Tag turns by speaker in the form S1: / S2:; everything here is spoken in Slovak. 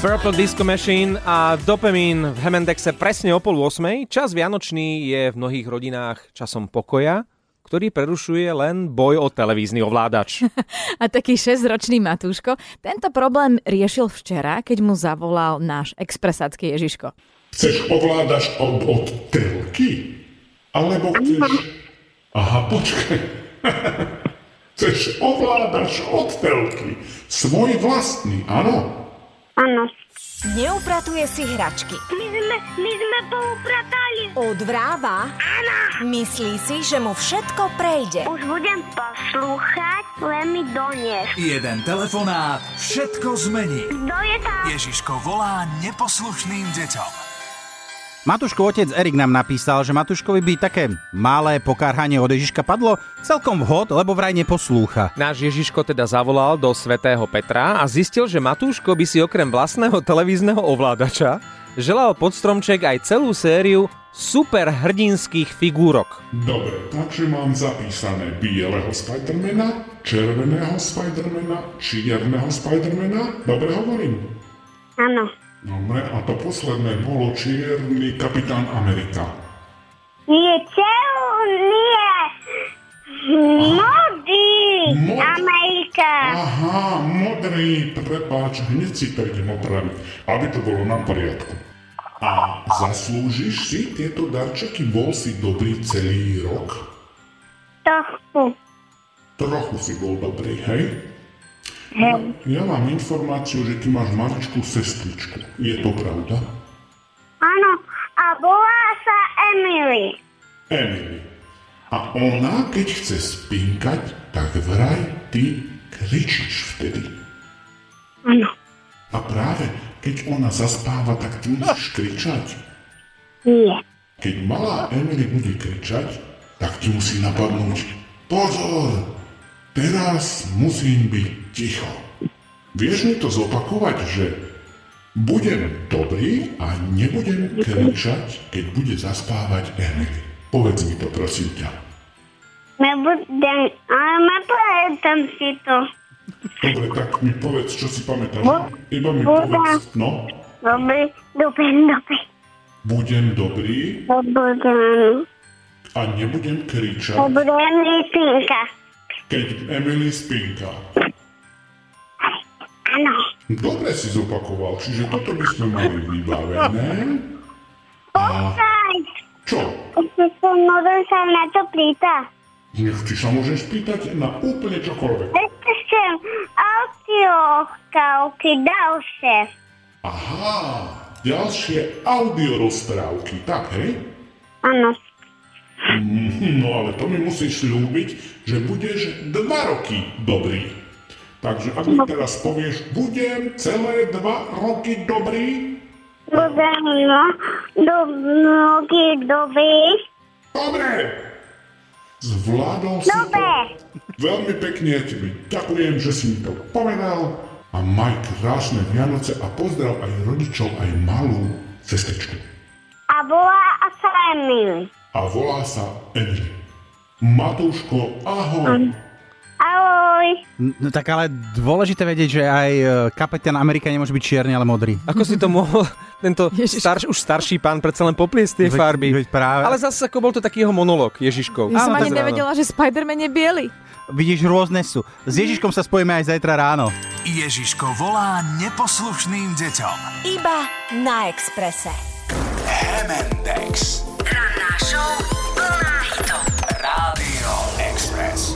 S1: Purple Disco Machine a Dopamine v Hemendexe presne o pol 8. Čas vianočný je v mnohých rodinách časom pokoja, ktorý prerušuje len boj o televízny ovládač.
S2: A taký 6-ročný Matúško tento problém riešil včera, keď mu zavolal náš expresácky Ježiško.
S3: Chceš ovládaš od, od telky? Alebo chceš... Aha, počkaj. chceš ovládaš od telky. Svoj vlastný, áno.
S4: Áno.
S5: Neupratuje si hračky.
S4: My sme, my sme poupratali.
S5: Odvráva. Myslí si, že mu všetko prejde.
S4: Už budem poslúchať, len mi donies.
S6: Jeden telefonát všetko zmení.
S4: Kto je tam?
S6: Ježiško volá neposlušným deťom.
S7: Matuškov otec Erik nám napísal, že Matuškovi by také malé pokarhanie od Ježiška padlo celkom vhod, lebo vraj neposlúcha.
S1: Náš Ježiško teda zavolal do svätého Petra a zistil, že Matúško by si okrem vlastného televízneho ovládača želal pod stromček aj celú sériu superhrdinských figúrok.
S3: Dobre, takže mám zapísané bieleho Spidermana, červeného Spidermana, čierneho Spidermana. Dobre hovorím?
S4: Áno.
S3: Dobre, a to posledné bolo čierny kapitán Amerika.
S4: Je čelný. Modý.
S3: Modrý.
S4: Amerika.
S3: Aha, modrý, prepáč, hneď si to idem opraviť, aby to bolo na poriadku. A zaslúžiš si tieto darčeky? Bol si dobrý celý rok?
S4: Tohku.
S3: Trochu si bol dobrý, hej? Ja mám informáciu, že ty máš maličkú sestričku. Je to pravda?
S4: Áno. A volá sa Emily.
S3: Emily. A ona, keď chce spinkať, tak vraj ty kričíš vtedy.
S4: Áno.
S3: A práve keď ona zaspáva, tak ty musíš kričať.
S4: Nie.
S3: Keď malá Emily bude kričať, tak ti musí napadnúť Pozor! Teraz musím byť ticho. Vieš mi to zopakovať, že budem dobrý a nebudem kričať, keď bude zaspávať Emily. Povedz mi to, prosím ťa.
S4: Nebudem, ale nepovedám si to.
S3: Dobre, tak mi povedz, čo si pamätáš.
S4: Bu-
S3: Iba mi
S4: budem.
S3: povedz. No,
S4: Dobrý, dobrý, dobrý.
S3: budem dobrý
S4: Budem,
S3: a nebudem kričať,
S4: budem listinka.
S3: keď Emily spinka.
S4: Áno.
S3: Dobre si zopakoval, čiže toto by sme mali vybavené.
S4: Počkaj,
S3: Čo?
S4: ešte som môžem sa na to pýtať.
S3: Nech ty sa môžeš pýtať na úplne čokoľvek.
S4: Ešte som audiokavky ďalšie.
S3: Aha, ďalšie audio rozprávky, tak hej?
S4: Áno.
S3: Mhm, No ale to mi musíš slúbiť, že budeš dva roky dobrý. Takže ak mi teraz povieš, budem celé dva roky dobrý,
S4: Budem no, do mnohý dobrý.
S3: dobre! Zvládol si
S4: Dobre.
S3: to. Veľmi pekne ja ti ďakujem, že si mi to povedal a maj krásne Vianoce a pozdrav aj rodičov, aj malú sestričku.
S4: A bola a sa Emily.
S3: A volá sa Emily. Matúško, ahoj.
S4: Ahoj.
S7: No tak ale dôležité vedieť, že aj e, kapitán Amerika nemôže byť čierny, ale modrý.
S1: Ako si to mohol tento
S2: Ježiško.
S1: starš, už starší pán predsa len popliesť tie
S7: Veď-
S1: farby?
S7: veď práve.
S1: Ale zase ako bol to taký jeho monológ Ježiškov.
S2: Ja som
S1: Áno,
S2: ani
S1: tak ráno.
S2: nevedela, že Spider-Man je biely.
S7: Vidíš, rôzne sú. S Ježiškom sa spojíme aj zajtra ráno.
S6: Ježiško volá neposlušným deťom.
S5: Iba na Exprese.
S6: Hemendex.